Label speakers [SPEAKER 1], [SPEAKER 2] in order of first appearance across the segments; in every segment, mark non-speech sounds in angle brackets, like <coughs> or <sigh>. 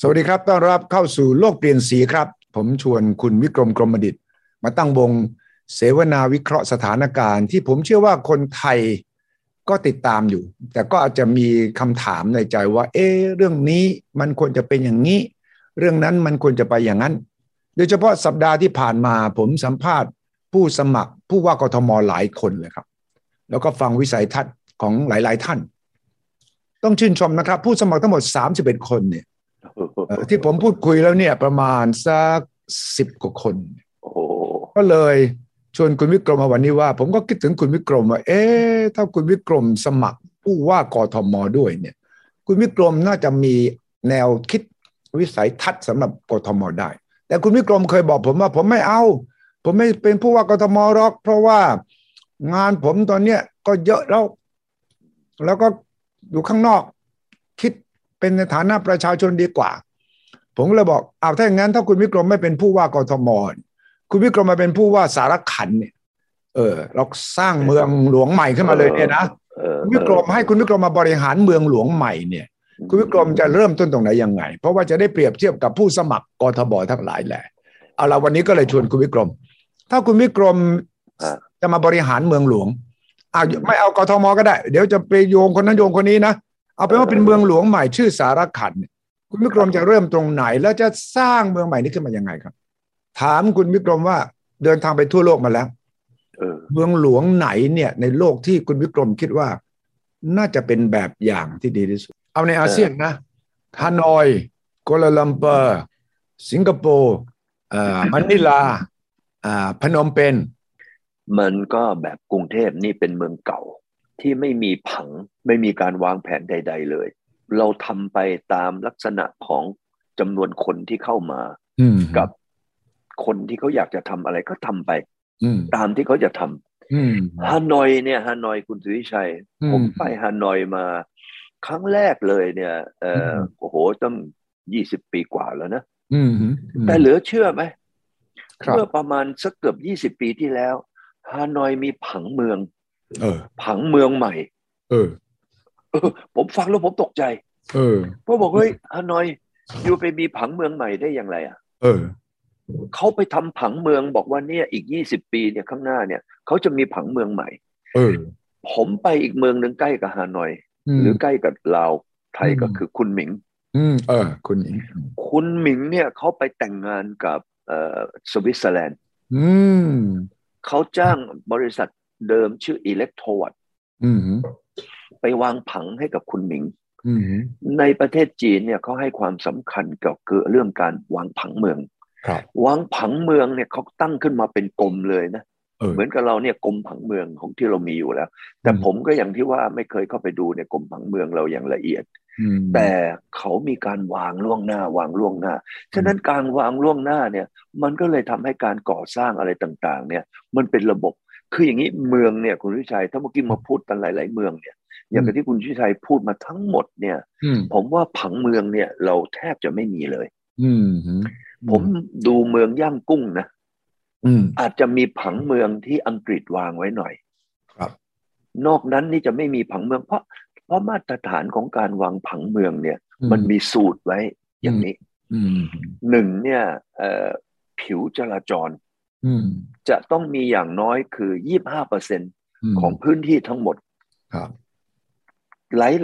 [SPEAKER 1] สวัสดีครับ ต้อนรับเข้าสู่โลกเปลี่ยนสีครับ ผมชวนคุณวิกรมกรมดิต มาตั้งวงเสวนาวิเคราะห์สถานการณ์ ที่ผมเชื่อว่าคนไทยก็ติดตามอยู่ แต่ก็อาจจะมีคำถามในใจว่า เอ๊ะเรื่องนี้มันควรจะเป็นอย่างนี้ เรื่องนั้นมันควรจะไปอย่างนั้น โดยเฉพาะสัปดาห์ที่ผ่านมาผมสัมภาษณ์ ผู้สมัครผู้ว่ากทมหลายคนเลยครับ แล้วก็ฟังวิสัยทัศน์ของหลาย ๆ ท่าน ต้องชื่นชมนะครับ ผู้สมัครทั้งหมด 31 คนเนี่ย เอ่อที่ผมพูดคุยแล้วเนี่ยประมาณสักสิบกว่าคน
[SPEAKER 2] โอ้โห
[SPEAKER 1] ก็เลยชวนคุณวิกรมมาวันนี้ว่า ผมก็คิดถึงคุณวิกรมว่า เอ๊ะถ้าคุณวิกรมสมัครผู้ว่ากทมด้วยเนี่ย คุณวิกรมน่าจะมีแนวคิดวิสัยทัศน์สำหรับกทมได้ แต่คุณวิกรมเคยบอกผมว่า ผมไม่เอา ผมไม่เป็นผู้ว่ากทมหรอก เพราะว่างานผมตอนเนี้ยก็เยอะแล้ว แล้วก็อยู่ข้างนอก คิดเป็นในฐานะประชาชนดีกว่า ผมก็เลยบอกเอาวถ้าอย่างนั้น ถ้าคุณวิกรมไม่เป็นผู้ว่ากทมเนี่ยคุณวิกรมมาเป็นผู้ว่าสารขันเนี่ย เออ เราสร้างเมืองหลวงใหม่ขึ้นมาเลยเนี่ยนะ
[SPEAKER 2] เออ
[SPEAKER 1] คุณวิกรมให้คุณวิกรมมาบริหารเมืองหลวงใหม่เนี่ย คุณวิกรมจะเริ่มต้นตรงไหนยังไง เพราะว่าจะได้เปรียบเทียบกับผู้สมัครกทบทั้งหลายแหละเอาละวันนี้ก็เลยชวนคุณวิกรม ถ้าคุณวิกรมจะมาบริหารเมืองหลวงเอาไม่เอากทมก็ได้ เดี๋ยวจะไปโยงคนนั้นโยงคนนี้นะเอาเป็นว่าเป็นเมืองหลวงใหม่ชื่อสารขันเนี่ยคุณวิกรมจะเริ่มตรงไหน แล้วจะสร้างเมืองใหม่นี้ขึ้นมายังไงครับ ถามคุณวิกรมว่าเดินทางไปทั่วโลกมาแล้ว
[SPEAKER 2] เออ
[SPEAKER 1] เมืองหลวงไหนเนี่ยในโลกที่คุณวิกรมคิดว่าน่าจะเป็นแบบอย่างที่ดีที่สุด เอาในอาเซียนนะฮานอยกัวลาลัมเปอร์ สิงคโปร์เอ่อมันนิลาอ่าพนมเปญ
[SPEAKER 2] มันก็แบบกรุงเทพนี่เป็นเมืองเก่า ที่ไม่มีผังไม่มีการวางแผนใด ๆ เลย เราทำไปตามลักษณะของจำนวนคนที่เข้ามา
[SPEAKER 1] อืม
[SPEAKER 2] กับคนที่เขาอยากจะทำอะไรก็ทำไป
[SPEAKER 1] อืม
[SPEAKER 2] ตามที่เขาจะท
[SPEAKER 1] อืม
[SPEAKER 2] ำฮานอยเนี่ยฮานอยคุณสุวิชัย
[SPEAKER 1] อืม
[SPEAKER 2] ผมไปฮานอยมา ครั้งแรกเลยเนี่ยเออ
[SPEAKER 1] ม
[SPEAKER 2] อโอ้โหต้องยี่สิบปีกว่าแล้วนะ
[SPEAKER 1] อืม
[SPEAKER 2] แต่เหลือเชื่อไหม
[SPEAKER 1] ครับ
[SPEAKER 2] เมื่อประมาณสักเกือบยี่สิบปีที่แล้วฮานอยมีผังเมือง
[SPEAKER 1] เออ
[SPEAKER 2] ผังเมืองใหม่ <laughs>
[SPEAKER 1] เออ
[SPEAKER 2] เออผมฟังแล้วผมตกใจ
[SPEAKER 1] เออ
[SPEAKER 2] เพราะบอกเฮ้ยฮานอยอยู่ไปมีผังเมืองใหม่ได้อย่างไรอ่ะ
[SPEAKER 1] เออ
[SPEAKER 2] เขาไปทำผังเมืองบอกว่าเนี่ยอีกยี่สิบปีเนี่ยข้างหน้าเนี่ยเขาจะมีผังเมืองใหม่
[SPEAKER 1] เออ
[SPEAKER 2] ผมไปอีกเมืองหนึ่งใกล้กับฮานอย หรือใกล้กับลาวไทยก็คือคุณหมิง
[SPEAKER 1] อืมเออ คุณหญิง
[SPEAKER 2] คุณหมิงเนี่ยเขาไปแต่งงานกับเอ่อสวิตเซอร์แลนด์
[SPEAKER 1] อืม
[SPEAKER 2] เขาจ้างบริษัทเดิมชื่ออิเล็กโทวัต
[SPEAKER 1] อืม
[SPEAKER 2] ไปวางผังให้กับคุณหมิง
[SPEAKER 1] อืม
[SPEAKER 2] ในประเทศจีนเนี่ยเขาให้ความสำคัญเกี่ยวกับเรื่องการวางผังเมือง
[SPEAKER 1] ครับ
[SPEAKER 2] วางผังเมืองเนี่ยเขาตั้งขึ้นมาเป็นกรมเลยนะ
[SPEAKER 1] เออ
[SPEAKER 2] เหมือนกับเราเนี่ยกรมผังเมืองของที่เรามีอยู่แล้ว แต่
[SPEAKER 1] อืม
[SPEAKER 2] ผมก็อย่างที่ว่าไม่เคยเข้าไปดูในกรมผังเมืองเราอย่างละเอียด
[SPEAKER 1] อืม
[SPEAKER 2] แต่เขามีการวางล่วงหน้าวางล่วงหน้า ฉะนั้นการวางล่วงหน้าเนี่ยมันก็เลยทำให้การก่อสร้างอะไรต่างๆเนี่ยมันเป็นระบบคืออย่างนี้เมืองเนี่ยคุณวิชัยถ้าเมื่อกี้มาพูดกันหลายๆเมืองเนี่ยอย่างกับที่คุณวิชัยพูดมาทั้งหมดเนี่ย
[SPEAKER 1] อืม
[SPEAKER 2] ผมว่าผังเมืองเนี่ยเราแทบจะไม่มีเลย
[SPEAKER 1] อืม
[SPEAKER 2] ผมดูเมืองย่างกุ้งนะ
[SPEAKER 1] อืม
[SPEAKER 2] อาจจะมีผังเมืองที่อังกฤษวางไว้หน่อย
[SPEAKER 1] ครับ
[SPEAKER 2] นอกนั้นนี่จะไม่มีผังเมืองเพราะเพราะมาตรฐานของการวางผังเมืองเนี่ย
[SPEAKER 1] อื
[SPEAKER 2] มันมีสูตรไว้อย่างนี้
[SPEAKER 1] อืม
[SPEAKER 2] หนึ่งเนี่ยเอ่อผิวจราจร
[SPEAKER 1] อืม
[SPEAKER 2] จะต้องมีอย่างน้อยคือ 25%
[SPEAKER 1] ม
[SPEAKER 2] ของพื้นที่ทั้งหมด
[SPEAKER 1] ครับ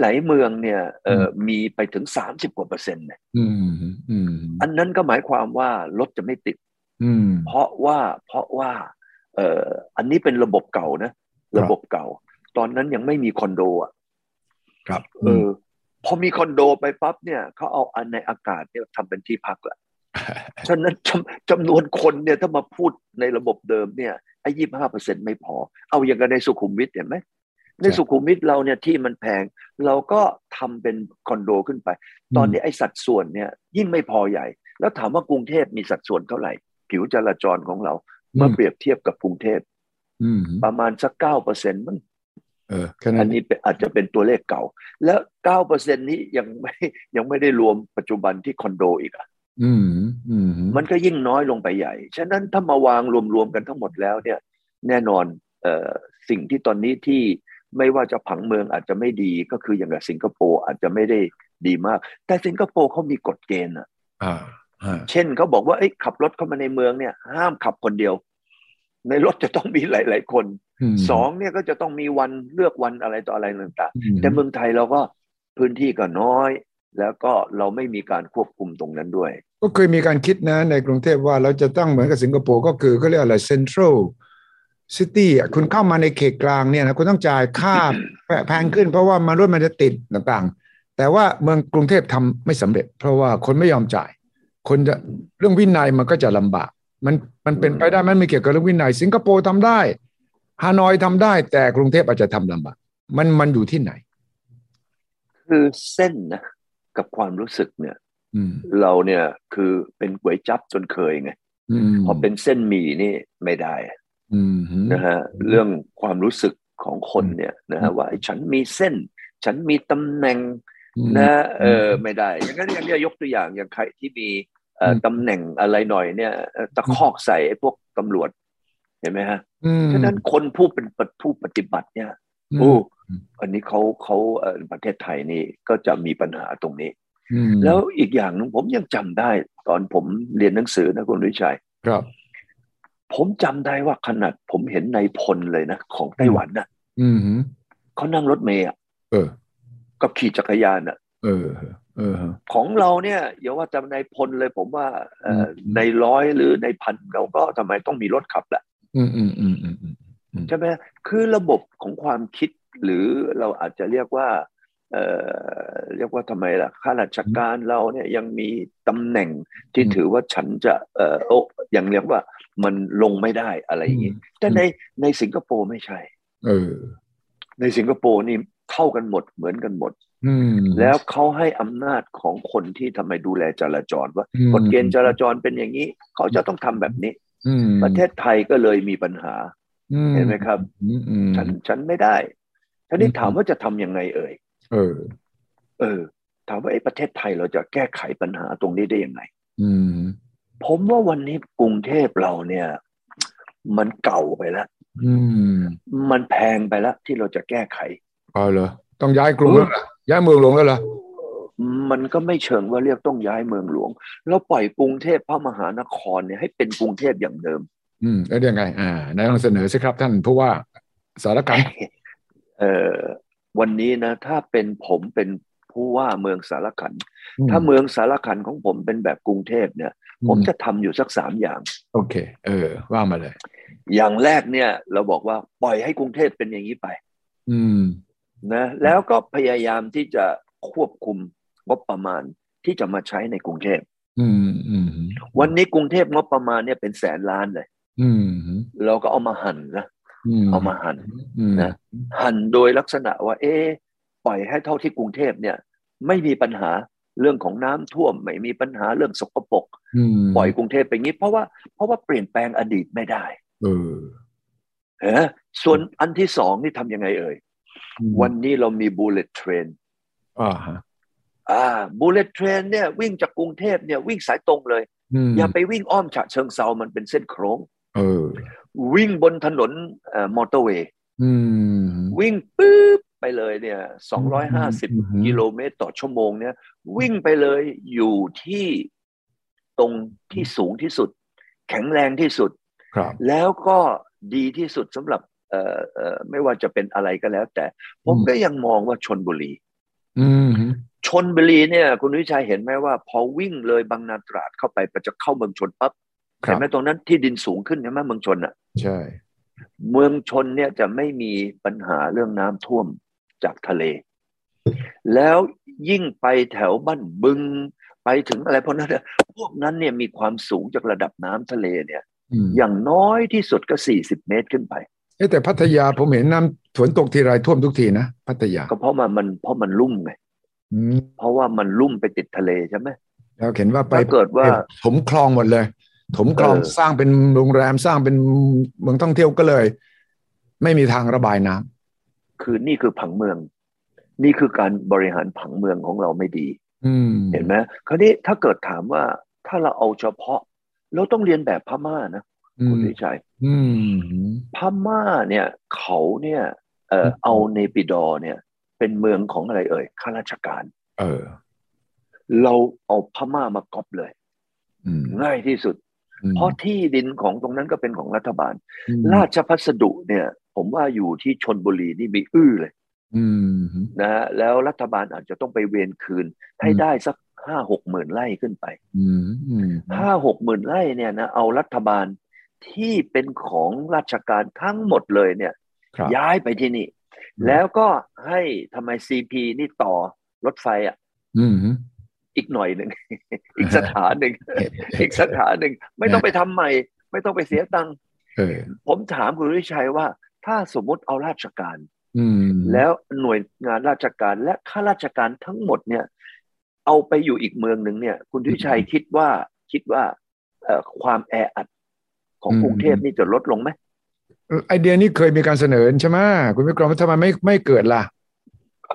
[SPEAKER 2] หลายๆเมืองเนี่ยเอ่ออมีไปถึง 30กว่าเปอร์เซ็นต์เนี่ย
[SPEAKER 1] อืมอืม
[SPEAKER 2] อันนั้นก็หมายความว่ารถจะไม่ติด
[SPEAKER 1] อืม
[SPEAKER 2] เพราะว่าเพราะว่าเอ่ออันนี้เป็นระบบเก่านะ
[SPEAKER 1] ครับ
[SPEAKER 2] ระบบเก่า ตอนนั้นยังไม่มีคอนโดอ่ะ
[SPEAKER 1] ครับ
[SPEAKER 2] เออพอมีคอนโดไปปั๊บเนี่ยเขาเอาอันในอากาศเนี่ยทำเป็นที่พักละ
[SPEAKER 1] <laughs>
[SPEAKER 2] ฉะนั้นจำจำนวนคนเนี่ยถ้ามาพูดในระบบเดิมเนี่ยไอ้ยี่ห้าเปอร์เซ็นไม่พอ เอาอย่างกันในสุขุมวิทเห็นไหมในสุขุมวิทเราเนี่ยที่มันแพง เราก็ทำเป็นคอนโดขึ้นไป ตอนนี้ไอ้สัดส่วนเนี่ยยิ่งไม่พอใหญ่ แล้วถามว่ากรุงเทพมีสัดส่วนเท่าไหร่ ผิวจราจรของเรา เมื่อเปรียบเทียบกับกรุงเทพ
[SPEAKER 1] อืม
[SPEAKER 2] ประมาณสักเก้าเปอร์เซ็นต์มั้ง
[SPEAKER 1] เออแค่นั้
[SPEAKER 2] อัน
[SPEAKER 1] น
[SPEAKER 2] นี้เป็นอาจจะเป็นตัวเลขเก่า แล้วเก้าเปอร์เซ็นต์นี้ยังไม่ <laughs> ยังไม่ได้รวมปัจจุบันที่คอนโดอีกอะ
[SPEAKER 1] อืมอืม
[SPEAKER 2] มันก็ยิ่งน้อยลงไปใหญ่ ฉะนั้นถ้ามาวางรวมๆกันทั้งหมดแล้วเนี่ยแน่นอนเอ่อสิ่งที่ตอนนี้ที่ไม่ว่าจะผังเมืองอาจจะไม่ดีก็คืออย่างกับสิงคโปร์อาจจะไม่ได้ ดีมาก แต่สิงคโปร์เขามีกฎเกณฑ์อะ
[SPEAKER 1] อ่าฮะ
[SPEAKER 2] เช่นเขาบอกว่าเอ้ยขับรถเข้ามาในเมืองเนี่ย ห้ามขับคนเดียว ในรถจะต้องมีหลาย ๆ คน
[SPEAKER 1] ม
[SPEAKER 2] สองเนี่ยก็จะต้องมีวันเลือกวันอะไรต่ออะไรต่าง
[SPEAKER 1] อื
[SPEAKER 2] ๆแต่เมืองไทยเราก็พื้นที่ก็น้อย แล้วก็เราไม่มีการควบคุมตรงนั้นด้วย
[SPEAKER 1] ก็เคยมีการคิดนะในกรุงเทพว่าเราจะตั้งเหมือนกับสิงคโปร์ก็คือเขาเรียกอะไรเซ็นทรัลซิตี้คุณเข้ามาในเขตกลางเนี่ยนะคุณต้องจ่ายค่า <coughs> แพงขึ้น เพราะว่ามันรถมันจะติดต่างๆ แต่ว่าเมืองกรุงเทพทำไม่สำเร็จ เพราะว่าคนไม่ยอมจ่าย คนจะเรื่องวินัยมันก็จะลำบาก มันมันเป็นไปได้มันไม่เกี่ยวกับเรื่องวินัย สิงคโปร์ทำได้ฮานอยทำได้ แต่กรุงเทพอาจจะทำลำบากมันมันอยู่ที่ไหน
[SPEAKER 2] คือเส้นนะกับความรู้สึกเนี่ย
[SPEAKER 1] อืม
[SPEAKER 2] เราเนี่ยคือเป็นก๋วยจั๊บจนเคยไง
[SPEAKER 1] อืม
[SPEAKER 2] พอเป็นเส้นหมี่นี่ไม่ได้
[SPEAKER 1] อืม
[SPEAKER 2] นะฮะเรื่องความรู้สึกของคนเนี่ยนะ
[SPEAKER 1] อื
[SPEAKER 2] ฮะ
[SPEAKER 1] ม
[SPEAKER 2] ว่าไอ้ฉันมีเส้น ฉันมีตำแหน่งนะเออไม่ได้ อย่างนั้นอย่างนี้ยกตัวอย่างอย่างใครที่มีเอ่ออ
[SPEAKER 1] ม
[SPEAKER 2] ตำแหน่งอะไรหน่อยเนี่ยเอ่อตะคอกใส่ไอ้พวกตำรวจเห็นไหมฮะ
[SPEAKER 1] อืม
[SPEAKER 2] ฉะนั้นคนผู้เป็นปฏิผู้ปฏิบัติเนี่ยโอ้อันนี้เขาเขาเอ่อประเทศไทยนี่ก็จะมีปัญหาตรงนี้
[SPEAKER 1] อืม
[SPEAKER 2] แล้วอีกอย่างหนึงผมยังจำได้ ตอนผมเรียนหนังสือนะคุณวิชัย
[SPEAKER 1] ครับ
[SPEAKER 2] ผมจำได้ว่าขนาดผมเห็นในายพลเลยนะ ของไต้หวันนะ
[SPEAKER 1] อืม
[SPEAKER 2] เขานั่งรถเมล์อะ
[SPEAKER 1] เออ
[SPEAKER 2] กับขี่จักรยานอ่ะ
[SPEAKER 1] เออ เออ
[SPEAKER 2] ของเราเนี่ยอย่าว่าจะในพลเลยผมว่าเอ่
[SPEAKER 1] อื
[SPEAKER 2] อ
[SPEAKER 1] ม
[SPEAKER 2] ในร้อยหรือในพันเราก็ทำไมต้องมีรถขับละ่ะ
[SPEAKER 1] อืมอืมอืมอืม
[SPEAKER 2] ใช่ไหมคือระบบของความคิดหรือเราอาจจะเรียกว่าเอ่อเรียกว่าทำไมล่ะข้าราชการเราเนี่ยยังมีตำแหน่งที่ถือว่าฉันจะเอ่อโอ้ยังเรียกว่ามันลงไม่ได้อะไรอย่างนี้แต่ในในสิงคโปร์ไม่ใช่
[SPEAKER 1] เออ
[SPEAKER 2] ในสิงคโปร์นี่เท่ากันหมดเหมือนกันหมด
[SPEAKER 1] อืม
[SPEAKER 2] แล้วเขาให้อำนาจของคนที่ทำไมดูแลจราจรว่ากฎเกณฑ์จราจรเป็นอย่างนี้ เขาจะต้องทำแบบนี้ ประเทศไทยก็เลยมีปัญหาเห็นไหมครับ ฉันฉันไม่ได้ท่านี้ถามว่าจะทำยังไงเอ่ย
[SPEAKER 1] เออ
[SPEAKER 2] เออ ถามว่าไอ้ประเทศไทยเราจะแก้ไขปัญหาตรงนี้ได้ยังไง
[SPEAKER 1] อืม
[SPEAKER 2] ผมว่าวันนี้กรุงเทพเราเนี่ย มันเก่าไปแล้ว
[SPEAKER 1] อืม
[SPEAKER 2] มันแพงไปแล้วที่เราจะแก้ไข
[SPEAKER 1] เอาเหรอต้องย้ายกรุงแล้วล่ะย้ายเมืองหลวงแล้วล่ะ
[SPEAKER 2] มันก็ไม่เชิงว่าเรียกต้องย้ายเมืองหลวง แล้วปล่อยกรุงเทพพระมหานครเนี่ยให้เป็นกรุงเทพอย่างเดิม
[SPEAKER 1] อืมแล้วยังไง อ่าไหนายลองเสนอสิครับท่านผู้ว่าสารการ
[SPEAKER 2] เอ่อวันนี้นะถ้าเป็นผมเป็นผู้ว่าเมืองสารขัน ถ้าเมืองสารขันของผมเป็นแบบกรุงเทพเนี่ย ผมจะทำอยู่สักสามอย่าง
[SPEAKER 1] โอเค เออ ว่ามาเลย
[SPEAKER 2] อย่างแรกเนี่ย เราบอกว่าปล่อยให้กรุงเทพเป็นอย่างนี้ไป
[SPEAKER 1] อืม
[SPEAKER 2] นะแล้วก็พยายามที่จะควบคุมงบประมาณที่จะมาใช้ในกรุงเทพ
[SPEAKER 1] อืมอืม
[SPEAKER 2] วันนี้กรุงเทพงบประมาณเนี่ยเป็นแสนล้านเลย
[SPEAKER 1] อืม
[SPEAKER 2] เราก็เอามาหั่นนะ
[SPEAKER 1] อืม
[SPEAKER 2] เอามาหั่น
[SPEAKER 1] อืม
[SPEAKER 2] หั่นโดยลักษณะว่า เอ๊ะปล่อยให้เท่าที่กรุงเทพเนี่ย ไม่มีปัญหาเรื่องของน้ำท่วม ไม่มีปัญหาเรื่องสกปรกปล่อยกรุงเทพไปงี้ เพราะว่าเพราะว่าเปลี่ยนแปลงอดีตไม่ได้
[SPEAKER 1] เออ
[SPEAKER 2] เห็นไหมส่วนอันที่สองนี่ทำยังไงเอ่ย วันนี้เรามี bullet train
[SPEAKER 1] อ่าฮะ
[SPEAKER 2] อ่า bullet train เนี่ยวิ่งจากกรุงเทพเนี่ยวิ่งสายตรงเลย
[SPEAKER 1] ม
[SPEAKER 2] อย่าไปวิ่งอ้อมฉะเชิงเซามันเป็นเส้นโครง
[SPEAKER 1] เออ
[SPEAKER 2] วิ่งบนถนนเอ่อมอเตอร์เวย์
[SPEAKER 1] อืม
[SPEAKER 2] วิ่งปึ๊บไปเลยเนี่ย250
[SPEAKER 1] อืม
[SPEAKER 2] กิโลเมตรต่อชั่วโมงเนี่ยวิ่งไปเลยอยู่ที่ตรงที่สูงที่สุด แข็งแรงที่สุด
[SPEAKER 1] ครับ
[SPEAKER 2] แล้วก็ดีที่สุดสำหรับเอ่อเอ่อไม่ว่าจะเป็นอะไรก็แล้ว แต่ผม
[SPEAKER 1] อืม
[SPEAKER 2] ก็ยังมองว่าชนบุรี
[SPEAKER 1] อืม
[SPEAKER 2] ชนบุรีเนี่ย คุณวิชัยเห็นไหมว่า พอวิ่งเลยบางนาตราดเข้าไปจะเข้าเมืองชนปั๊บ
[SPEAKER 1] ครั
[SPEAKER 2] เห็น
[SPEAKER 1] บ
[SPEAKER 2] ไหมตรงนั้นที่ดินสูงขึ้นใช่ไหมเมืองชนอ่ะ
[SPEAKER 1] ใช่
[SPEAKER 2] เมืองชนเนี่ยจะไม่มีปัญหาเรื่องน้ำท่วมจากทะเล แล้วยิ่งไปแถวบ้านบึง ไปถึงอะไรพวกนั้นเนี่ยพวกนั้นเนี่ยมีความสูงจากระดับน้ำทะเลเนี่ย
[SPEAKER 1] อืม
[SPEAKER 2] อย่างน้อยที่สุดก็40 เมตรขึ้นไป
[SPEAKER 1] เอ๊ะแต่พัทยาผมเห็นน้ำฝนตกทีไรท่วมทุกทีนะพัทยา
[SPEAKER 2] ก็เพราะมันมันเพราะมันลุ่มไง
[SPEAKER 1] อืม
[SPEAKER 2] เพราะว่ามันลุ่มไปติดทะเลใช่ไหม
[SPEAKER 1] แล้วเห็นว่าไป
[SPEAKER 2] ถ้าเกิดว่า
[SPEAKER 1] ถมคลองหมดเลย ถมคลอง
[SPEAKER 2] เออ
[SPEAKER 1] สร้างเป็นโรงแรมสร้างเป็นเมืองท่องเที่ยวก็เลย ไม่มีทางระบายน้
[SPEAKER 2] คือนี่คือผังเมือง นี่คือการบริหารผังเมืองของเราไม่ดี
[SPEAKER 1] ำอืม
[SPEAKER 2] เห็นไหมคราวนี้ถ้าเกิดถามว่าถ้าเราเอาเฉพาะ เราต้องเรียนแบบพม่านะ
[SPEAKER 1] อื
[SPEAKER 2] คุณ
[SPEAKER 1] ม
[SPEAKER 2] วิชัย
[SPEAKER 1] อืม
[SPEAKER 2] พม่าเนี่ยเขาเนี่ยเอ่อ
[SPEAKER 1] อืม
[SPEAKER 2] เอาเนปิดอร์เนี่ย เป็นเมืองของอะไรเอ่ยข้าราชการ
[SPEAKER 1] เออ
[SPEAKER 2] เราเอาพม่ามากอบเลย
[SPEAKER 1] อืม
[SPEAKER 2] ง่ายที่สุด
[SPEAKER 1] อืม
[SPEAKER 2] เพราะที่ดินของตรงนั้นก็เป็นของรัฐบาล
[SPEAKER 1] อืม
[SPEAKER 2] ราชพัสดุเนี่ย ผมว่าอยู่ที่ชนบุรีนี่มีอื้อเลย
[SPEAKER 1] อืม
[SPEAKER 2] นะฮะแล้วรัฐบาลอาจจะต้องไปเวนคืน ให้
[SPEAKER 1] อืม
[SPEAKER 2] ได้สักห้าหกหมื่นไร่ขึ้นไป
[SPEAKER 1] อืมอืม
[SPEAKER 2] ห้าหกหมื่นไร่เนี่ยนะเอารัฐบาลที่เป็นของราชการทั้งหมดเลยเนี่ย
[SPEAKER 1] ครับ
[SPEAKER 2] ย้ายไปที่นี่
[SPEAKER 1] อืม
[SPEAKER 2] แล้วก็ให้ทำไมซีพีนี่ต่อรถไฟอ่ะ
[SPEAKER 1] อืม
[SPEAKER 2] อีกหน่อยหนึ่ง <laughs> อีกสถานหนึ่ง
[SPEAKER 1] <laughs>
[SPEAKER 2] อีกสถานหนึ่งไม่ต้องไปทำใหม่ ไม่ต้องไปเสียตังค์
[SPEAKER 1] เออ
[SPEAKER 2] ผมถามคุณวิชัยว่า ถ้าสมมติเอาราชการ
[SPEAKER 1] อืม
[SPEAKER 2] แล้วหน่วยงานราชการและข้าราชการทั้งหมดเนี่ย เอาไปอยู่อีกเมืองหนึ่งเนี่ย คุณทวิชัยคิดว่าคิดว่าเอ่อความแออัดของกรุงเทพนี่จะลดลงไหม
[SPEAKER 1] ไอเดียนี้เคยมีการเสนอใช่ไหมคุณวิกรมว่าทำไมไม่ไม่เกิดล่ะ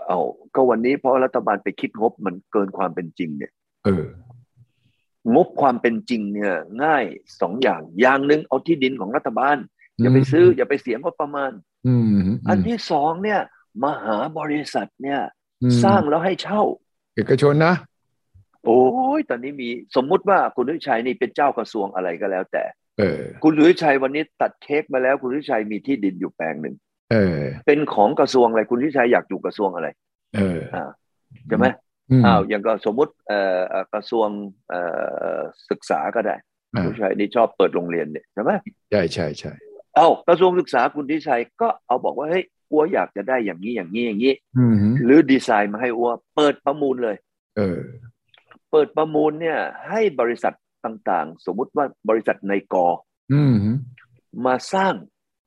[SPEAKER 2] เอาก็วันนี้เพราะรัฐบาลไปคิดงบมันเกินความเป็นจริงเนี่ย
[SPEAKER 1] เออ
[SPEAKER 2] งบความเป็นจริงเนี่ย ง่ายสองอย่าง อย่างหนึ่งเอาที่ดินของรัฐบาล
[SPEAKER 1] อ
[SPEAKER 2] อย่าไปซื้ออย่าไปเสียงบประมาณ
[SPEAKER 1] อืม
[SPEAKER 2] อันที่สองเนี่ยมหาบริษัทเนี่ย สร้างแล้วให้เช่า
[SPEAKER 1] เอกชนนะ
[SPEAKER 2] โอ้ยตอนนี้มีสมมุติว่าคุณทวิชัยนี่เป็นเจ้ากระทรวงอะไรก็แล้วแต่
[SPEAKER 1] เออ
[SPEAKER 2] คุณลุยชัยวันนี้ตัดเค้กมาแล้ว คุณลุยชัยมีที่ดินอยู่แปลงหนึ่ง
[SPEAKER 1] เออ
[SPEAKER 2] เป็นของกระทรวงอะไรคุณลุยชัยอยากอยู่กระทรวงอะไร
[SPEAKER 1] เออ
[SPEAKER 2] ใช่ไหม
[SPEAKER 1] ม
[SPEAKER 2] อ้าวอย่างก็สมมติเอ่อเอ่อกระทรวงเอ่อศึกษาก็ได้
[SPEAKER 1] อ่า
[SPEAKER 2] คุณลุยชัยนี่ชอบเปิดโรงเรียนเนี่ยใช่ไหม
[SPEAKER 1] ใช่ใช่ใช่
[SPEAKER 2] เอ้ากระทรวงศึกษาคุณลุยชัยก็เอาบอกว่าเฮ้ยอ้วอยากจะได้อย่างนี้อย่างนี้อย่างนี้
[SPEAKER 1] อืม
[SPEAKER 2] หรือดีไซน์มาให้อ้วเปิดประมูลเลย
[SPEAKER 1] เออ
[SPEAKER 2] เปิดประมูลเนี่ยให้บริษัทต่างๆ สมมุติว่าบริษัทในกอ
[SPEAKER 1] อืม
[SPEAKER 2] มาสร้าง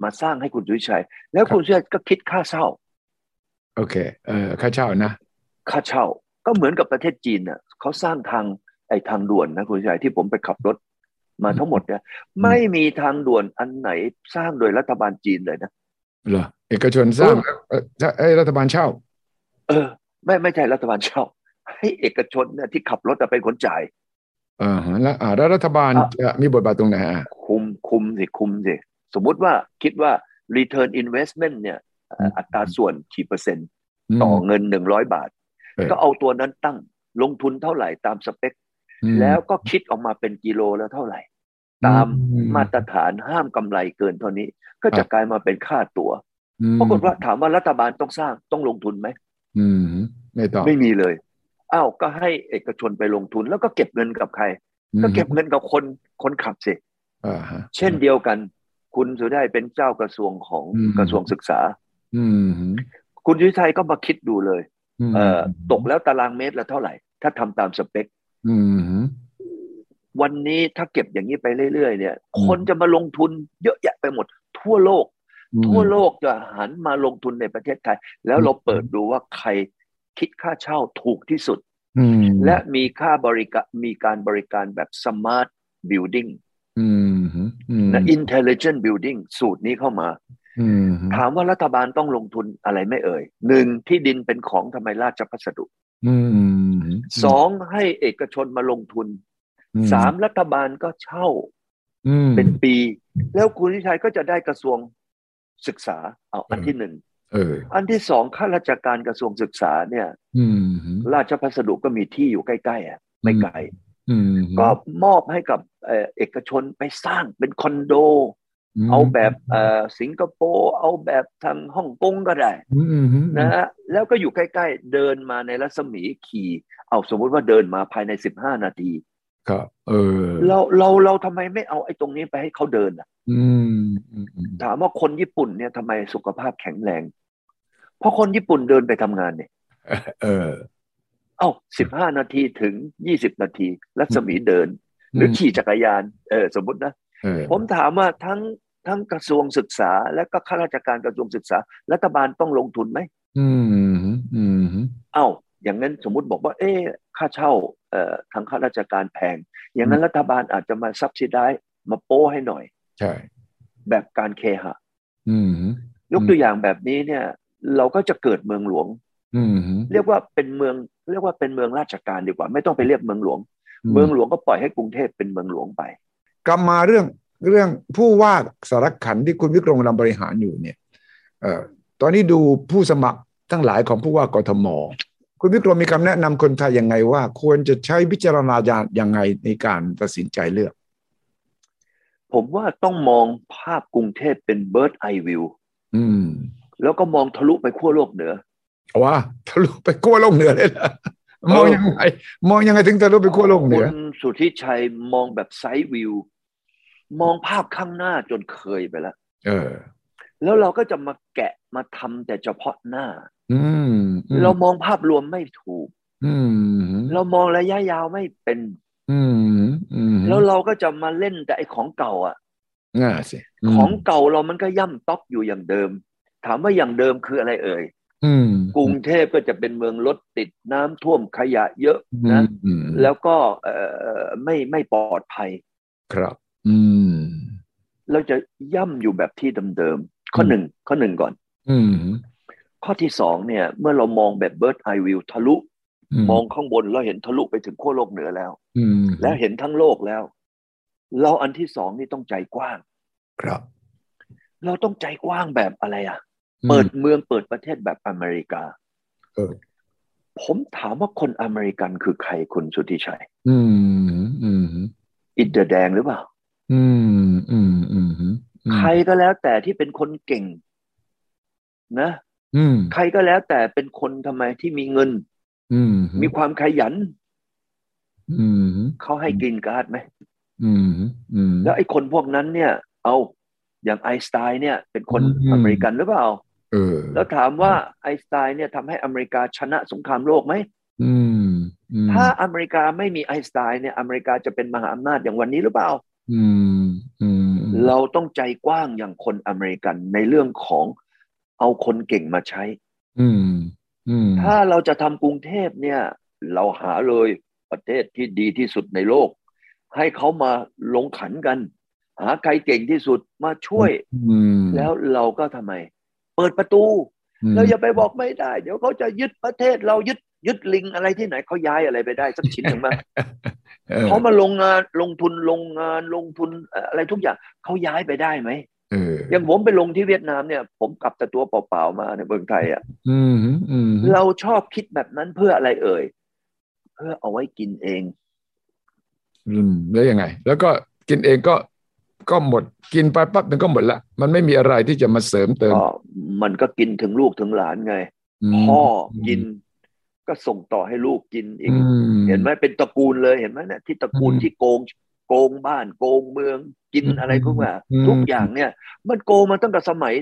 [SPEAKER 2] มาสร้างให้คุณลุยชัย แล้
[SPEAKER 1] ค
[SPEAKER 2] ว
[SPEAKER 1] รับ
[SPEAKER 2] คุณลุยชัยก็คิดค่าเช่า
[SPEAKER 1] โอเค เออค่าเช่านะ
[SPEAKER 2] ค่าเช่าก็เหมือนกับประเทศจีนน่ะเขาสร้างทางไอ้ทางด่วนนะคุณชัยที่ผมไปขับรถมาทั้งหมดเนี่ยไม่มีทางด่วนอันไหนสร้างโดยรัฐบาลจีนเลยนะ
[SPEAKER 1] เหรอ เอกชนสร้างเออถ้าเอ้ยรัฐบาลเช่า
[SPEAKER 2] เออ ไม่ไม่ใช่รัฐบาลเช่า <laughs> ให้เอกชนเนี่ยที่ขับรถอะเป็นคนจ่าย
[SPEAKER 1] อ่าฮะแล้วอ่าแล้วรัฐบาล
[SPEAKER 2] อ่ะ
[SPEAKER 1] จะมีบทบาทตรงไหนอ่ะ
[SPEAKER 2] คุมคุมสิคุมสิสมมุติว่าคิดว่า return investment เนี่ยเอ่อ
[SPEAKER 1] ม
[SPEAKER 2] อัตราส่วนกี่เปอร์เซ็นต์ต่อเงินหนึ่งร้อยบาท
[SPEAKER 1] เออ
[SPEAKER 2] ก็เอาตัวนั้นตั้งลงทุนเท่าไหร่ตามสเปค
[SPEAKER 1] อืม
[SPEAKER 2] แล้วก็คิดออกมาเป็นกิโลแล้วเท่าไหร่ ตาม
[SPEAKER 1] อื
[SPEAKER 2] มาตรฐานห้ามกำไรเกินเท่านี้ ก็จะกลายมาเป็นค่าตัว
[SPEAKER 1] อืม
[SPEAKER 2] ปรากฏว่าถามว่ารัฐบาลต้องสร้างต้องลงทุนไหม
[SPEAKER 1] อืมไม่ต่อ
[SPEAKER 2] ไม่มีเลยอ้าวก็ให้เอกชนไปลงทุน แล้วก็เก็บเงินกับใคร ก็เก็บเงินกับคนคนขับสิ
[SPEAKER 1] อ่าฮะ
[SPEAKER 2] เช่นเดียวกัน คุณสุได้เป็นเจ้ากระทรวงของ
[SPEAKER 1] อืม
[SPEAKER 2] กระทรวงศึกษา
[SPEAKER 1] อืม
[SPEAKER 2] คุณยุทธชัยก็มาคิดดูเลย
[SPEAKER 1] ม
[SPEAKER 2] เอ่อตกแล้วตารางเมตรละเท่าไหร่ ถ้าทำตามสเปค
[SPEAKER 1] อืม
[SPEAKER 2] วันนี้ถ้าเก็บอย่างนี้ไปเรื่อยๆเนี่ย
[SPEAKER 1] อืม
[SPEAKER 2] คนจะมาลงทุนเยอะแยะไปหมด ทั่วโลก
[SPEAKER 1] อืม
[SPEAKER 2] ทั่วโลกจะหันมาลงทุนในประเทศไทย แล้วเราเปิดดูว่าใครคิดค่าเช่าถูกที่สุด
[SPEAKER 1] อืม
[SPEAKER 2] และมีค่าบริการมีการบริการแบบสมาร์ทบิลดิ้ง
[SPEAKER 1] อืมอืม
[SPEAKER 2] นะอินเทลเจนต์บิลดิ้งสูตรนี้เข้ามา
[SPEAKER 1] อืม
[SPEAKER 2] ถามว่ารัฐบาลต้องลงทุนอะไรไม่เอ่ยหนึ่งที่ดินเป็นของทำไมราชพัสดุ
[SPEAKER 1] อืม
[SPEAKER 2] สองให้เอกชนมาลงทุนสามรัฐบาลก็เช่า
[SPEAKER 1] อืม
[SPEAKER 2] เป็นปี แล้วคุณทิชัยก็จะได้กระทรวงศึกษาเอาอัน
[SPEAKER 1] อืม
[SPEAKER 2] ที่หนึ่ง
[SPEAKER 1] เออ
[SPEAKER 2] อันที่สองข้าราชการกระทรวงศึกษาเนี่ย
[SPEAKER 1] อืม
[SPEAKER 2] ราชพัสดุก็มีที่อยู่ใกล้ๆอ่ะไม่ไกล
[SPEAKER 1] อืม
[SPEAKER 2] ก็มอบให้กับเอ่อเอกชนไปสร้างเป็นคอนโด เอาแบบเอ่อสิงคโปร์เอาแบบทางฮ่องกงก็ได้
[SPEAKER 1] อืมอืม
[SPEAKER 2] นะฮะแล้วก็อยู่ใกล้ๆ เดินมาในรัศมีขี่ เอาสมมุติว่าเดินมาภายใน 15 นาที
[SPEAKER 1] ก็เออ
[SPEAKER 2] เราเราเราทำไมไม่เอาไอ้ตรงนี้ไปให้เขาเดินอ่ะ
[SPEAKER 1] อืมอืม
[SPEAKER 2] ถามว่าคนญี่ปุ่นเนี่ยทำไมสุขภาพแข็งแรง เพราะคนญี่ปุ่นเดินไปทำงานเนี่ย
[SPEAKER 1] เออ
[SPEAKER 2] เอ้า15 นาทีถึง 20 นาที รัศมีเดิน หรือขี่จักรยานเออสมมตินะ ผมถามว่าทั้งทั้งกระทรวงศึกษา และก็ข้าราชการกระทรวงศึกษา รัฐบาลต้องลงทุนไหม
[SPEAKER 1] อืมอืม
[SPEAKER 2] เอ้า อย่างนั้นสมมุติบอกว่า เอ๊ะค่าเช่าเอ่อทางข้าราชการแพง อย่างนั้นรัฐบาลอาจจะมาซับซิได้มาโป้ให้หน่อย
[SPEAKER 1] ใช่
[SPEAKER 2] แบบการเคหะ
[SPEAKER 1] อืม
[SPEAKER 2] ยกตัวอย่างแบบนี้เนี่ย เราก็จะเกิดเมืองหลวง
[SPEAKER 1] อืม
[SPEAKER 2] เรียกว่าเป็นเมือง เรียกว่าเป็นเมืองราชการดีกว่า ไม่ต้องไปเรียกเมืองหลวง เมืองหลวงก็ปล่อยให้กรุงเทพเป็นเมืองหลวงไป
[SPEAKER 1] กลับมาเรื่องเรื่องผู้ว่าสารขันที่คุณวิกรมกำลังบริหารอยู่เนี่ย เอ่อตอนนี้ดูผู้สมัครทั้งหลายของผู้ว่ากทม คุณวิกรมมีคำแนะนำคนไทยยังไงว่า ควรจะใช้วิจารณญาณยังไงในการตัดสินใจเลือก
[SPEAKER 2] ผมว่าต้องมองภาพกรุงเทพเป็นเบิร์ดไอวิว
[SPEAKER 1] อืม
[SPEAKER 2] แล้วก็มองทะลุไปขั้วโลกเหนือ
[SPEAKER 1] ว่าทะลุไปขั้วโลกเหนือเลยล่ะมองยังไงมองยังไงถึงทะลุไปขั้วโลกเหนือ
[SPEAKER 2] คุณสุทธิชัยมองแบบไซด์วิว มองภาพข้างหน้าจนเคยไปแล้ว
[SPEAKER 1] เออ
[SPEAKER 2] แล้วเราก็จะมาแกะมาทำแต่เฉพาะหน้า
[SPEAKER 1] อืมอืม
[SPEAKER 2] เรามองภาพรวมไม่ถูก
[SPEAKER 1] อืม
[SPEAKER 2] เรามองระยะยาวไม่เป็น
[SPEAKER 1] อืมอืม
[SPEAKER 2] แล้วเราก็จะมาเล่นแต่ไอ้ของเก่าอ่ะ
[SPEAKER 1] น่าสิม
[SPEAKER 2] ของเก่าเรามันก็ย่ำต๊อกอยู่อย่างเดิม ถามว่าอย่างเดิมคืออะไรเอ่ย
[SPEAKER 1] อืม
[SPEAKER 2] กรุงเทพก็จะเป็นเมืองรถติดน้ำท่วมขยะเยอะ
[SPEAKER 1] อื
[SPEAKER 2] นะ
[SPEAKER 1] มอืม
[SPEAKER 2] แล้วก็เอ่อไม่ไม่ปลอดภัย
[SPEAKER 1] ครับ อืม
[SPEAKER 2] เราจะย่ำอยู่แบบที่เดิมๆข้อ
[SPEAKER 1] อืม
[SPEAKER 2] หนึ่งข้อหนึ่งก่อน
[SPEAKER 1] อืม
[SPEAKER 2] ข้อที่สองเนี่ย เมื่อเรามองแบบเบิร์ดไอวิวทะลุ มองข้างบนเราเห็นทะลุไปถึงขั้วโลกเหนือแล้ว
[SPEAKER 1] อืม
[SPEAKER 2] แล้วเห็นทั้งโลกแล้ว เราอันที่สองนี่ต้องใจกว้าง
[SPEAKER 1] ครับ
[SPEAKER 2] เราต้องใจกว้างแบบอะไรอ่ะ เปิด
[SPEAKER 1] อืม
[SPEAKER 2] เมืองเปิดประเทศแบบอเมริกา
[SPEAKER 1] เออ
[SPEAKER 2] ผมถามว่าคนอเมริกันคือใครคุณสุทธิชัย
[SPEAKER 1] อืมอืม
[SPEAKER 2] อินเดอร์แดงหรือเปล่า
[SPEAKER 1] อืมอืมอืมอืม
[SPEAKER 2] ใครก็แล้วแต่ที่เป็นคนเก่ง นะ
[SPEAKER 1] อืม
[SPEAKER 2] ใครก็แล้วแต่เป็นคนทำไมที่มีเงิน
[SPEAKER 1] อืม
[SPEAKER 2] มีความขยัน
[SPEAKER 1] อืม
[SPEAKER 2] เขาให้กรีนการ์ดไหม
[SPEAKER 1] อืมอืม
[SPEAKER 2] แล้วไอ้คนพวกนั้นเนี่ย เอาอย่างไอน์สไตน์เนี่ย เป็นคน
[SPEAKER 1] อืม
[SPEAKER 2] อเมริกันหรือเปล่า
[SPEAKER 1] เออ
[SPEAKER 2] แล้วถามว่าไอน์สไตน์เนี่ยทำให้อเมริกาชนะสงครามโลกไหม
[SPEAKER 1] อืมอืม
[SPEAKER 2] ถ้าอเมริกาไม่มีไอน์สไตน์เนี่ยอเมริกาจะเป็นมหาอำนาจอย่างวันนี้หรือเปล่า
[SPEAKER 1] อืมอืมอืม
[SPEAKER 2] เราต้องใจกว้างอย่างคนอเมริกันในเรื่องของเอาคนเก่งมาใช้
[SPEAKER 1] อืมอืม
[SPEAKER 2] ถ้าเราจะทำกรุงเทพเนี่ย เราหาเลยประเทศที่ดีที่สุดในโลก ให้เขามาลงขันกัน หาใครเก่งที่สุดมาช่วย
[SPEAKER 1] อืม
[SPEAKER 2] แล้วเราก็ทำไม เปิดประตู เราอย่าไปบอกไม่ได้ เดี๋ยวเขาจะยึดประเทศเรายึดยึดลิงอะไรที่ไหนเขาย้ายอะไรไปได้สักชิ้นหนึ่
[SPEAKER 1] <laughs>
[SPEAKER 2] งมา
[SPEAKER 1] ออ
[SPEAKER 2] เขามาลงงานลงทุนลงงานลงทุนเอ่ออะไรทุกอย่างเขาย้ายไปได้ไหม
[SPEAKER 1] เออ
[SPEAKER 2] อย่างผมไปลงที่เวียดนามเนี่ย ผมกลับแต่ตัวเปล่าๆมาในเมืองไทยอ่ะ
[SPEAKER 1] อืมอืม
[SPEAKER 2] เราชอบคิดแบบนั้นเพื่ออะไรเอ่ยเพื่อเอาไว้กินเอง
[SPEAKER 1] อืมแล้วยังไง แล้วก็กินเองก็ก็หมดกินไปปั๊บมันก็หมดละ มันไม่มีอะไรที่จะมาเสริมเติม
[SPEAKER 2] ก็มันก็กินถึงลูกถึงหลานไง
[SPEAKER 1] ม
[SPEAKER 2] พ่อกิน ก็ส่งต่อให้ลูกกินอีก
[SPEAKER 1] อื
[SPEAKER 2] เห็นไหมเป็นตระกูลเลยเห็นไหมเนี่ยที่ตระกูลที่โกงโกงบ้านโกงเมืองกินอะไรพวกว่าทุกอย่างเนี่ย มันโกงมาตั้งแต่สมัย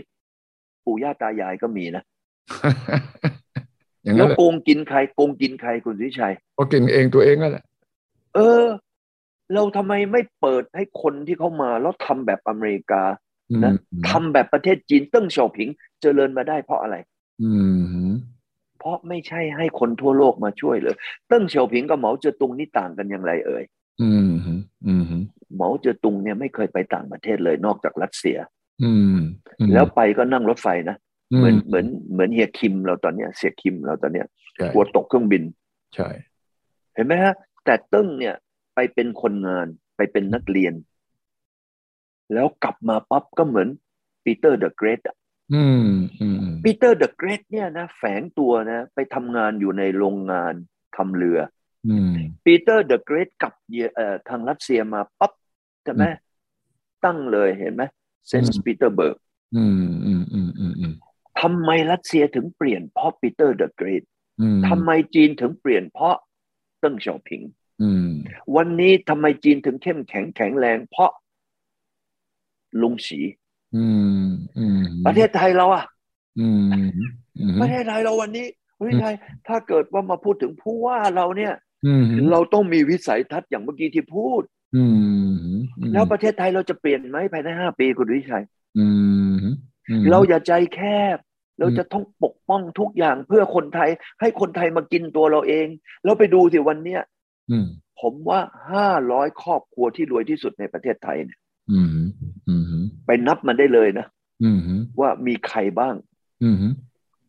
[SPEAKER 2] ปู่ย่าตายายก็มีนะ
[SPEAKER 1] <laughs> อย่าง
[SPEAKER 2] แล้
[SPEAKER 1] นั้
[SPEAKER 2] วน
[SPEAKER 1] แหละ
[SPEAKER 2] โกงกินใครโกงกินใครคุณสุวิชัย
[SPEAKER 1] ก็กินเองตัวเองนั่นแหละ
[SPEAKER 2] เออ เราทำไมไม่เปิดให้คนที่เขามาแล้วทำแบบอเมริกา
[SPEAKER 1] อืม
[SPEAKER 2] ทำแบบประเทศจีนเติ้งเฉาผิง เจริญมาได้เพราะอะไร
[SPEAKER 1] อืม
[SPEAKER 2] เพราะไม่ใช่ให้คนทั่วโลกมาช่วยเลยเติ้งเฉาผิงกับเหมาเจ๋อตุงนี่ต่างกันอย่างไรเอ่ย
[SPEAKER 1] อืมอืม
[SPEAKER 2] เหมาเจ๋อตุงเนี่ยไม่เคยไปต่างประเทศเลยนอกจากรัสเซีย
[SPEAKER 1] อืมอืม
[SPEAKER 2] แล้วไปก็นั่งรถไฟนะ เหมือนเหมือนเหมือนเฮียคิมเราตอนเนี้ยเสียคิมเราตอนเนี้ย
[SPEAKER 1] ใช่
[SPEAKER 2] กลัวตกเครื่องบิน
[SPEAKER 1] ใช่
[SPEAKER 2] เห็นไหมฮะ แต่เติ้งเนี่ยไปเป็นคนงานไปเป็นนักเรียน แล้วกลับมาปั๊บก็เหมือนปีเตอร์เดอะเกรท
[SPEAKER 1] อืมอืม
[SPEAKER 2] ปีเตอร์เดอะเกรทเนี่ยนะแฝงตัวนะไปทำงานอยู่ในโรงงานทำเรือ
[SPEAKER 1] อืม
[SPEAKER 2] ปีเตอร์เดอะเกรทกลับเยอเอ่อทางรัสเซียมาปั๊บใช่ไหม
[SPEAKER 1] อืม
[SPEAKER 2] ตั้งเลยเห็นไหมเซนต์ปีเตอร์เบิร์ก
[SPEAKER 1] อืมอืมอืมอืมอืม
[SPEAKER 2] ทำไมรัสเซียถึงเปลี่ยนเพราะปีเตอร์เดอะเกรท
[SPEAKER 1] อืม
[SPEAKER 2] ทำไมจีนถึงเปลี่ยนเพราะเติ้งเฉาผิง
[SPEAKER 1] อืม
[SPEAKER 2] วันนี้ทำไมจีนถึงเข้มแข็งแข็งแรงเพราะลุงสี
[SPEAKER 1] อืมอืม
[SPEAKER 2] ประเทศไทยเราอะ
[SPEAKER 1] อืมอืม
[SPEAKER 2] ประเทศไทยเราวันนี้ประเทศไทยถ้าเกิดว่ามาพูดถึงผู้ว่าเราเนี่ย
[SPEAKER 1] อืม
[SPEAKER 2] เราต้องมีวิสัยทัศน์อย่างเมื่อกี้ที่พูด
[SPEAKER 1] อืม
[SPEAKER 2] แล้วประเทศไทยเราจะเปลี่ยนไหมภายในห้าปีคุณวิชัย
[SPEAKER 1] อืม
[SPEAKER 2] เราอย่าใจแคบ เราจะต้องปกป้องทุกอย่างเพื่อคนไทย ให้คนไทยมากินตัวเราเอง แล้วไปดูสิวันเนี้ย
[SPEAKER 1] อืม
[SPEAKER 2] ผมว่าห้าร้อยครอบครัวที่รวยที่สุดในประเทศไทยเนี่ย
[SPEAKER 1] อืมอืม
[SPEAKER 2] ไปนับมันได้เลยนะ
[SPEAKER 1] อืม
[SPEAKER 2] ว่ามีใครบ้าง
[SPEAKER 1] อืม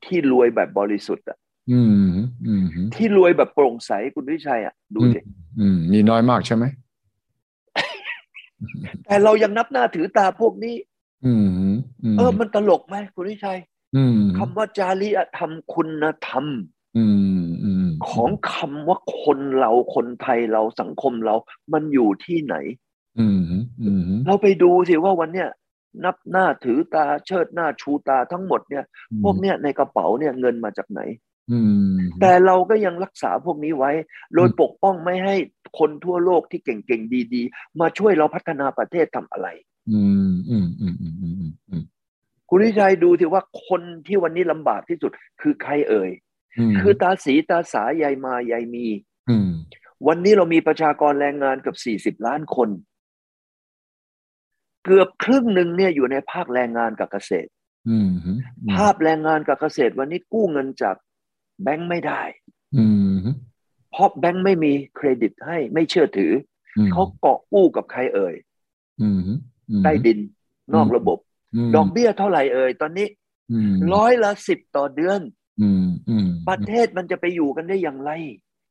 [SPEAKER 2] ที่รวยแบบบริสุทธิ์อะ
[SPEAKER 1] อืมอืม
[SPEAKER 2] ที่รวยแบบโปร่งใสคุณวิชัยอะดูสิ
[SPEAKER 1] อืมมีน้อยมากใช่ไหม
[SPEAKER 2] แต่เรายังนับหน้าถือตาพวกนี้
[SPEAKER 1] อืมอืม
[SPEAKER 2] เออมันตลกไหมคุณวิชัย
[SPEAKER 1] อืม
[SPEAKER 2] คำว่าจารีธรรมคุณธรรม
[SPEAKER 1] อืมอืม
[SPEAKER 2] ของคำว่าคนเราคนไทยเราสังคมเรา มันอยู่ที่ไหน
[SPEAKER 1] อืมอืม
[SPEAKER 2] เราไปดูสิว่าวันเนี้ยนับหน้าถือตาเชิดหน้าชูตาทั้งหมดเนี่ย พวกเนี้ยในกระเป๋าเนี่ยเงินมาจากไหน
[SPEAKER 1] อืม
[SPEAKER 2] แต่เราก็ยังรักษาพวกนี้ไว้ โดย
[SPEAKER 1] อืม
[SPEAKER 2] ปกป้องไม่ให้คนทั่วโลกที่เก่งๆดีๆ มาช่วยเราพัฒนาประเทศทำอะไร
[SPEAKER 1] อืมอืมอืมอืมอืมอืมอืม
[SPEAKER 2] คุณวิชัยดูสิว่าคนที่วันนี้ลำบากที่สุดคือใครเอ่ย
[SPEAKER 1] ม
[SPEAKER 2] คือตาสีตาสายายมายายมี
[SPEAKER 1] อืม
[SPEAKER 2] วันนี้เรามีประชากรแรงงานเกือบ40 ล้านคน เกือบครึ่งหนึ่งเนี่ยอยู่ในภาคแรงงานกับเกษตร
[SPEAKER 1] อืม
[SPEAKER 2] ภาพแรงงานกับเกษตรวันนี้กู้เงินจากแบงก์ไม่ได้
[SPEAKER 1] อืม
[SPEAKER 2] เพราะแบงก์ไม่มีเครดิตให้ไม่เชื่อถืออเขาเกาะกู้กับใครเอ่ย
[SPEAKER 1] อืมอืม
[SPEAKER 2] ใต้ดินนอกระบบ ดอกเบี้ยเท่าไหร่เอ่ยตอนนี้
[SPEAKER 1] อืม
[SPEAKER 2] ร้อยละสิบต่อเดือน
[SPEAKER 1] อืมอืม
[SPEAKER 2] ประเทศมันจะไปอยู่กันได้อย่างไร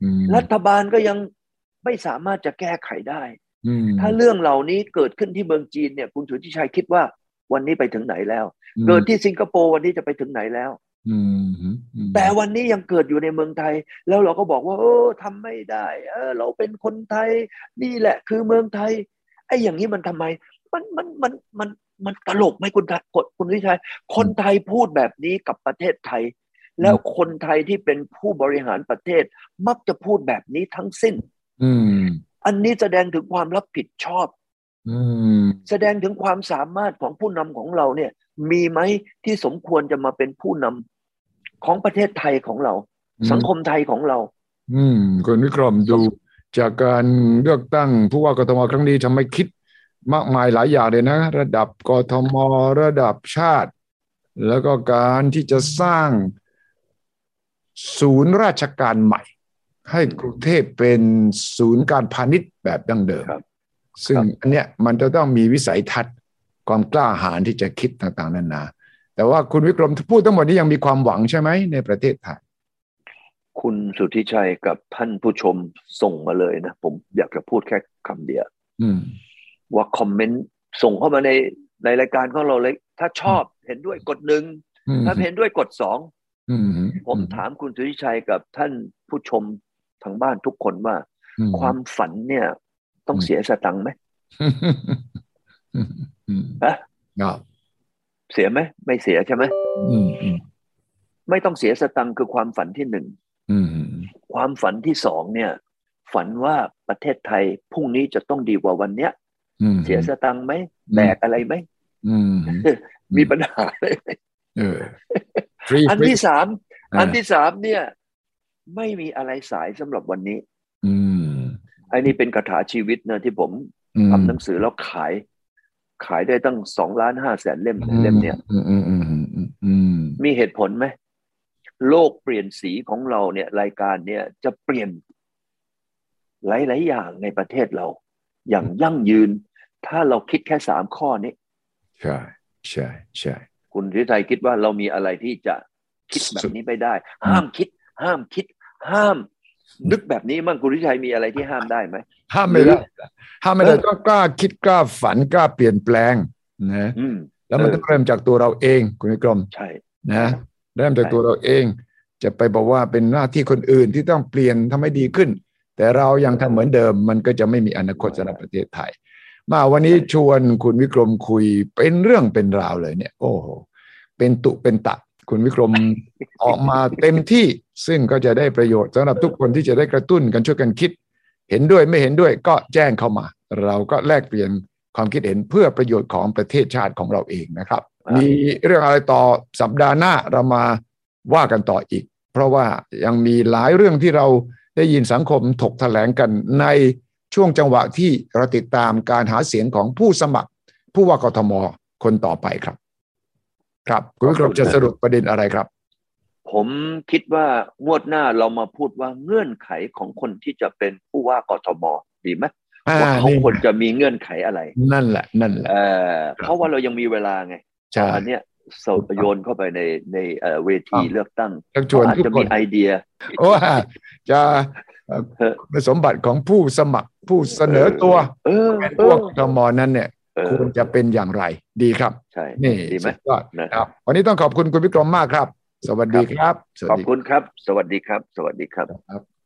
[SPEAKER 1] อืม
[SPEAKER 2] รัฐบาลก็ยังไม่สามารถจะแก้ไขได้
[SPEAKER 1] อืม
[SPEAKER 2] ถ้าเรื่องเหล่านี้เกิดขึ้นที่เมืองจีนเนี่ยคุณสุทธิชัยคิดว่าวันนี้ไปถึงไหนแล้ว เกิดที่สิงคโปร์วันนี้จะไปถึงไหนแล้ว
[SPEAKER 1] อืมอืมอืม
[SPEAKER 2] แต่วันนี้ยังเกิดอยู่ในเมืองไทย แล้วเราก็บอกว่า เออทำไม่ได้ เออ เราเป็นคนไทย นี่แหละ คือเมืองไทยไอ้อย่างนี้มันทำไม มันมันมันมันมันตลกไหมคุณทะคุณคุณวิชัย คนไทยพูดแบบนี้กับประเทศไทย แล้วคนไทยที่เป็นผู้บริหารประเทศมักจะพูดแบบนี้ทั้งสิ้น
[SPEAKER 1] อืม
[SPEAKER 2] อันนี้แสดงถึงความรับผิดชอบ
[SPEAKER 1] อืม
[SPEAKER 2] แสดงถึงความสามารถของผู้นำของเราเนี่ย มีไหมที่สมควรจะมาเป็นผู้นำของประเทศไทยของเรา สังคมไทยของเรา
[SPEAKER 1] อืมคุณวิกรมดู จากการเลือกตั้งผู้ว่ากทมครั้งนี้ทำให้คิดมากมายหลายอย่างเลยนะ ระดับกทมระดับชาติ แล้วก็การที่จะสร้าง ศูนย์ราชการใหม่ ให้กรุงเทพเป็นศูนย์การพาณิชย์แบบดั้งเดิม
[SPEAKER 2] ครับ
[SPEAKER 1] ซึ่ง
[SPEAKER 2] ครับ
[SPEAKER 1] อันเนี้ยมันจะต้องมีวิสัยทัศน์ความกล้าหาญที่จะคิดต่างๆนานา แต่ว่าคุณวิกรมพูดทั้งหมดนี้ยังมีความหวังใช่ไหมในประเทศไทย
[SPEAKER 2] คุณสุทธิชัยกับท่านผู้ชมส่งมาเลยนะ ผมอยากจะพูดแค่คำเดียว
[SPEAKER 1] อืม
[SPEAKER 2] ว่าคอมเมนต์ส่งเข้ามาในในรายการของเราเลย ถ้าชอบเห็นด้วยกดหนึ่ง
[SPEAKER 1] อืม
[SPEAKER 2] ถ้าเห็นด้วยกดสอง
[SPEAKER 1] อืม
[SPEAKER 2] ผมถามคุณสุทธิชัยกับท่านผู้ชมทางบ้านทุกคนว่า
[SPEAKER 1] อื
[SPEAKER 2] ความฝันเนี่ย ต้องเสียสตังค์ไหม
[SPEAKER 1] อืมอืม
[SPEAKER 2] ฮะ
[SPEAKER 1] ครับ
[SPEAKER 2] เสียไหมไม่เสียใช่ไหม
[SPEAKER 1] อืมอืม
[SPEAKER 2] ไม่ต้องเสียสตังค์คือความฝันที่หนึ่ง
[SPEAKER 1] อืม
[SPEAKER 2] ความฝันที่สองเนี่ย ฝันว่าประเทศไทยพรุ่งนี้จะต้องดีกว่าวันเนี้ย
[SPEAKER 1] อืม
[SPEAKER 2] เสียสตังค์ไหมแบกอะไรไหม
[SPEAKER 1] อืม
[SPEAKER 2] มีปัญหาอะไรไหม
[SPEAKER 1] เออฟรี
[SPEAKER 2] อันที่สามอันที่สามเนี่ย ไม่มีอะไรสายสำหรับวันนี้
[SPEAKER 1] อืม
[SPEAKER 2] ไอ้นี่เป็นคาถาชีวิตนะที่ผม
[SPEAKER 1] อืม
[SPEAKER 2] ทำหนังสือแล้วขาย ขายได้ตั้งสองล้านห้าแสนเล่มเล่มเนี่ย
[SPEAKER 1] อืมอืมอืมอืมอืม
[SPEAKER 2] มีเหตุผลไหมโลกเปลี่ยนสีของเราเนี่ย รายการเนี่ยจะเปลี่ยน หลายๆอย่างในประเทศเรา อย่างยั่งยืน ถ้าเราคิดแค่สามข้อนี้
[SPEAKER 1] ใช่ใช่ใช่
[SPEAKER 2] คุณทิไทยคิดว่าเรามีอะไรที่จะคิดแบบนี้ไม่ได้ ห้ามคิด ห้ามคิด ห้าม นึกแบบนี้มั่งคุณทิไทยมีอะไรที่ห้ามได้ไหม
[SPEAKER 1] ห้ามไม่ได้ห้ามไม่ได้
[SPEAKER 2] เออ
[SPEAKER 1] ต้องกล้าคิดกล้าฝันกล้าเปลี่ยนแปลงนะ
[SPEAKER 2] อืม
[SPEAKER 1] แล้วมัน
[SPEAKER 2] เออ
[SPEAKER 1] ต้องเริ่มจากตัวเราเอง คุณวิกรม
[SPEAKER 2] ใช่
[SPEAKER 1] นะเริ่มจาก
[SPEAKER 2] ใช่
[SPEAKER 1] ตัวเราเอง จะไปบอกว่าเป็นหน้าที่คนอื่นที่ต้องเปลี่ยนทำให้ดีขึ้น แต่เรายังทำเหมือนเดิม มันก็จะไม่มีอนาคตสำหรับประเทศไทย มาวันนี้ชวนคุณวิกรมคุยเป็นเรื่องเป็นราวเลยเนี่ย โอ้โหเป็นตุเป็นตะ คุณวิกรม ออกมาเต็มที่ซึ่งก็จะได้ประโยชน์สำหรับทุกคนที่จะได้กระตุ้นกันช่วยกันคิด เห็นด้วยไม่เห็นด้วยก็แจ้งเข้ามา เราก็แลกเปลี่ยนความคิดเห็นเพื่อประโยชน์ของประเทศชาติของเราเองนะครับ
[SPEAKER 2] ครับ
[SPEAKER 1] มีเรื่องอะไรต่อสัปดาห์หน้าเรามาว่ากันต่ออีก เพราะว่ายังมีหลายเรื่องที่เราได้ยินสังคมถกแถลงกันในช่วงจังหวะที่เราติดตามการหาเสียงของผู้สมัคร ผู้ว่ากทมคนต่อไปครับ ครับคุณวิกรมจะสรุปประเด็นอะไรครับ
[SPEAKER 2] ผมคิดว่างวดหน้าเรามาพูดว่าเงื่อนไขของคนที่จะเป็นผู้ว่ากทมดีไหม
[SPEAKER 1] อ่า
[SPEAKER 2] ว่าเขา
[SPEAKER 1] นี่
[SPEAKER 2] ควรจะมีเงื่อนไขอะไร
[SPEAKER 1] นั่นแหละ นั่นแหละ
[SPEAKER 2] เออเพราะว่าเรายังมีเวลาไง
[SPEAKER 1] ใช่
[SPEAKER 2] อันเนี้ยสอดโยนเข้าไปในในเอ่อเวทีเลือกตั้ง
[SPEAKER 1] ต้องชวน
[SPEAKER 2] อาจ
[SPEAKER 1] ทุก
[SPEAKER 2] จะ
[SPEAKER 1] ค
[SPEAKER 2] มี
[SPEAKER 1] น
[SPEAKER 2] ไอเดีย
[SPEAKER 1] ว่าจะเอ่อ
[SPEAKER 2] เออ
[SPEAKER 1] คุณสมบัติของผู้สมัครผู้เสนอตัว
[SPEAKER 2] เออ
[SPEAKER 1] เป็น
[SPEAKER 2] เอ
[SPEAKER 1] พว
[SPEAKER 2] อก
[SPEAKER 1] กทมนั้นเนี่ย
[SPEAKER 2] เออ
[SPEAKER 1] ควรจะเป็นอย่างไรดีครับ
[SPEAKER 2] ใช่
[SPEAKER 1] นี่
[SPEAKER 2] ดีไหม
[SPEAKER 1] สุดยอด
[SPEAKER 2] นะครับ
[SPEAKER 1] วันนี้ต้องขอบคุณคุณวิกรมมากครับ สวัสดีครับสวัส
[SPEAKER 2] ขอบ
[SPEAKER 1] ดี
[SPEAKER 2] คุณครับ สวัสดีครับ สวัสดีครับ
[SPEAKER 1] ครับ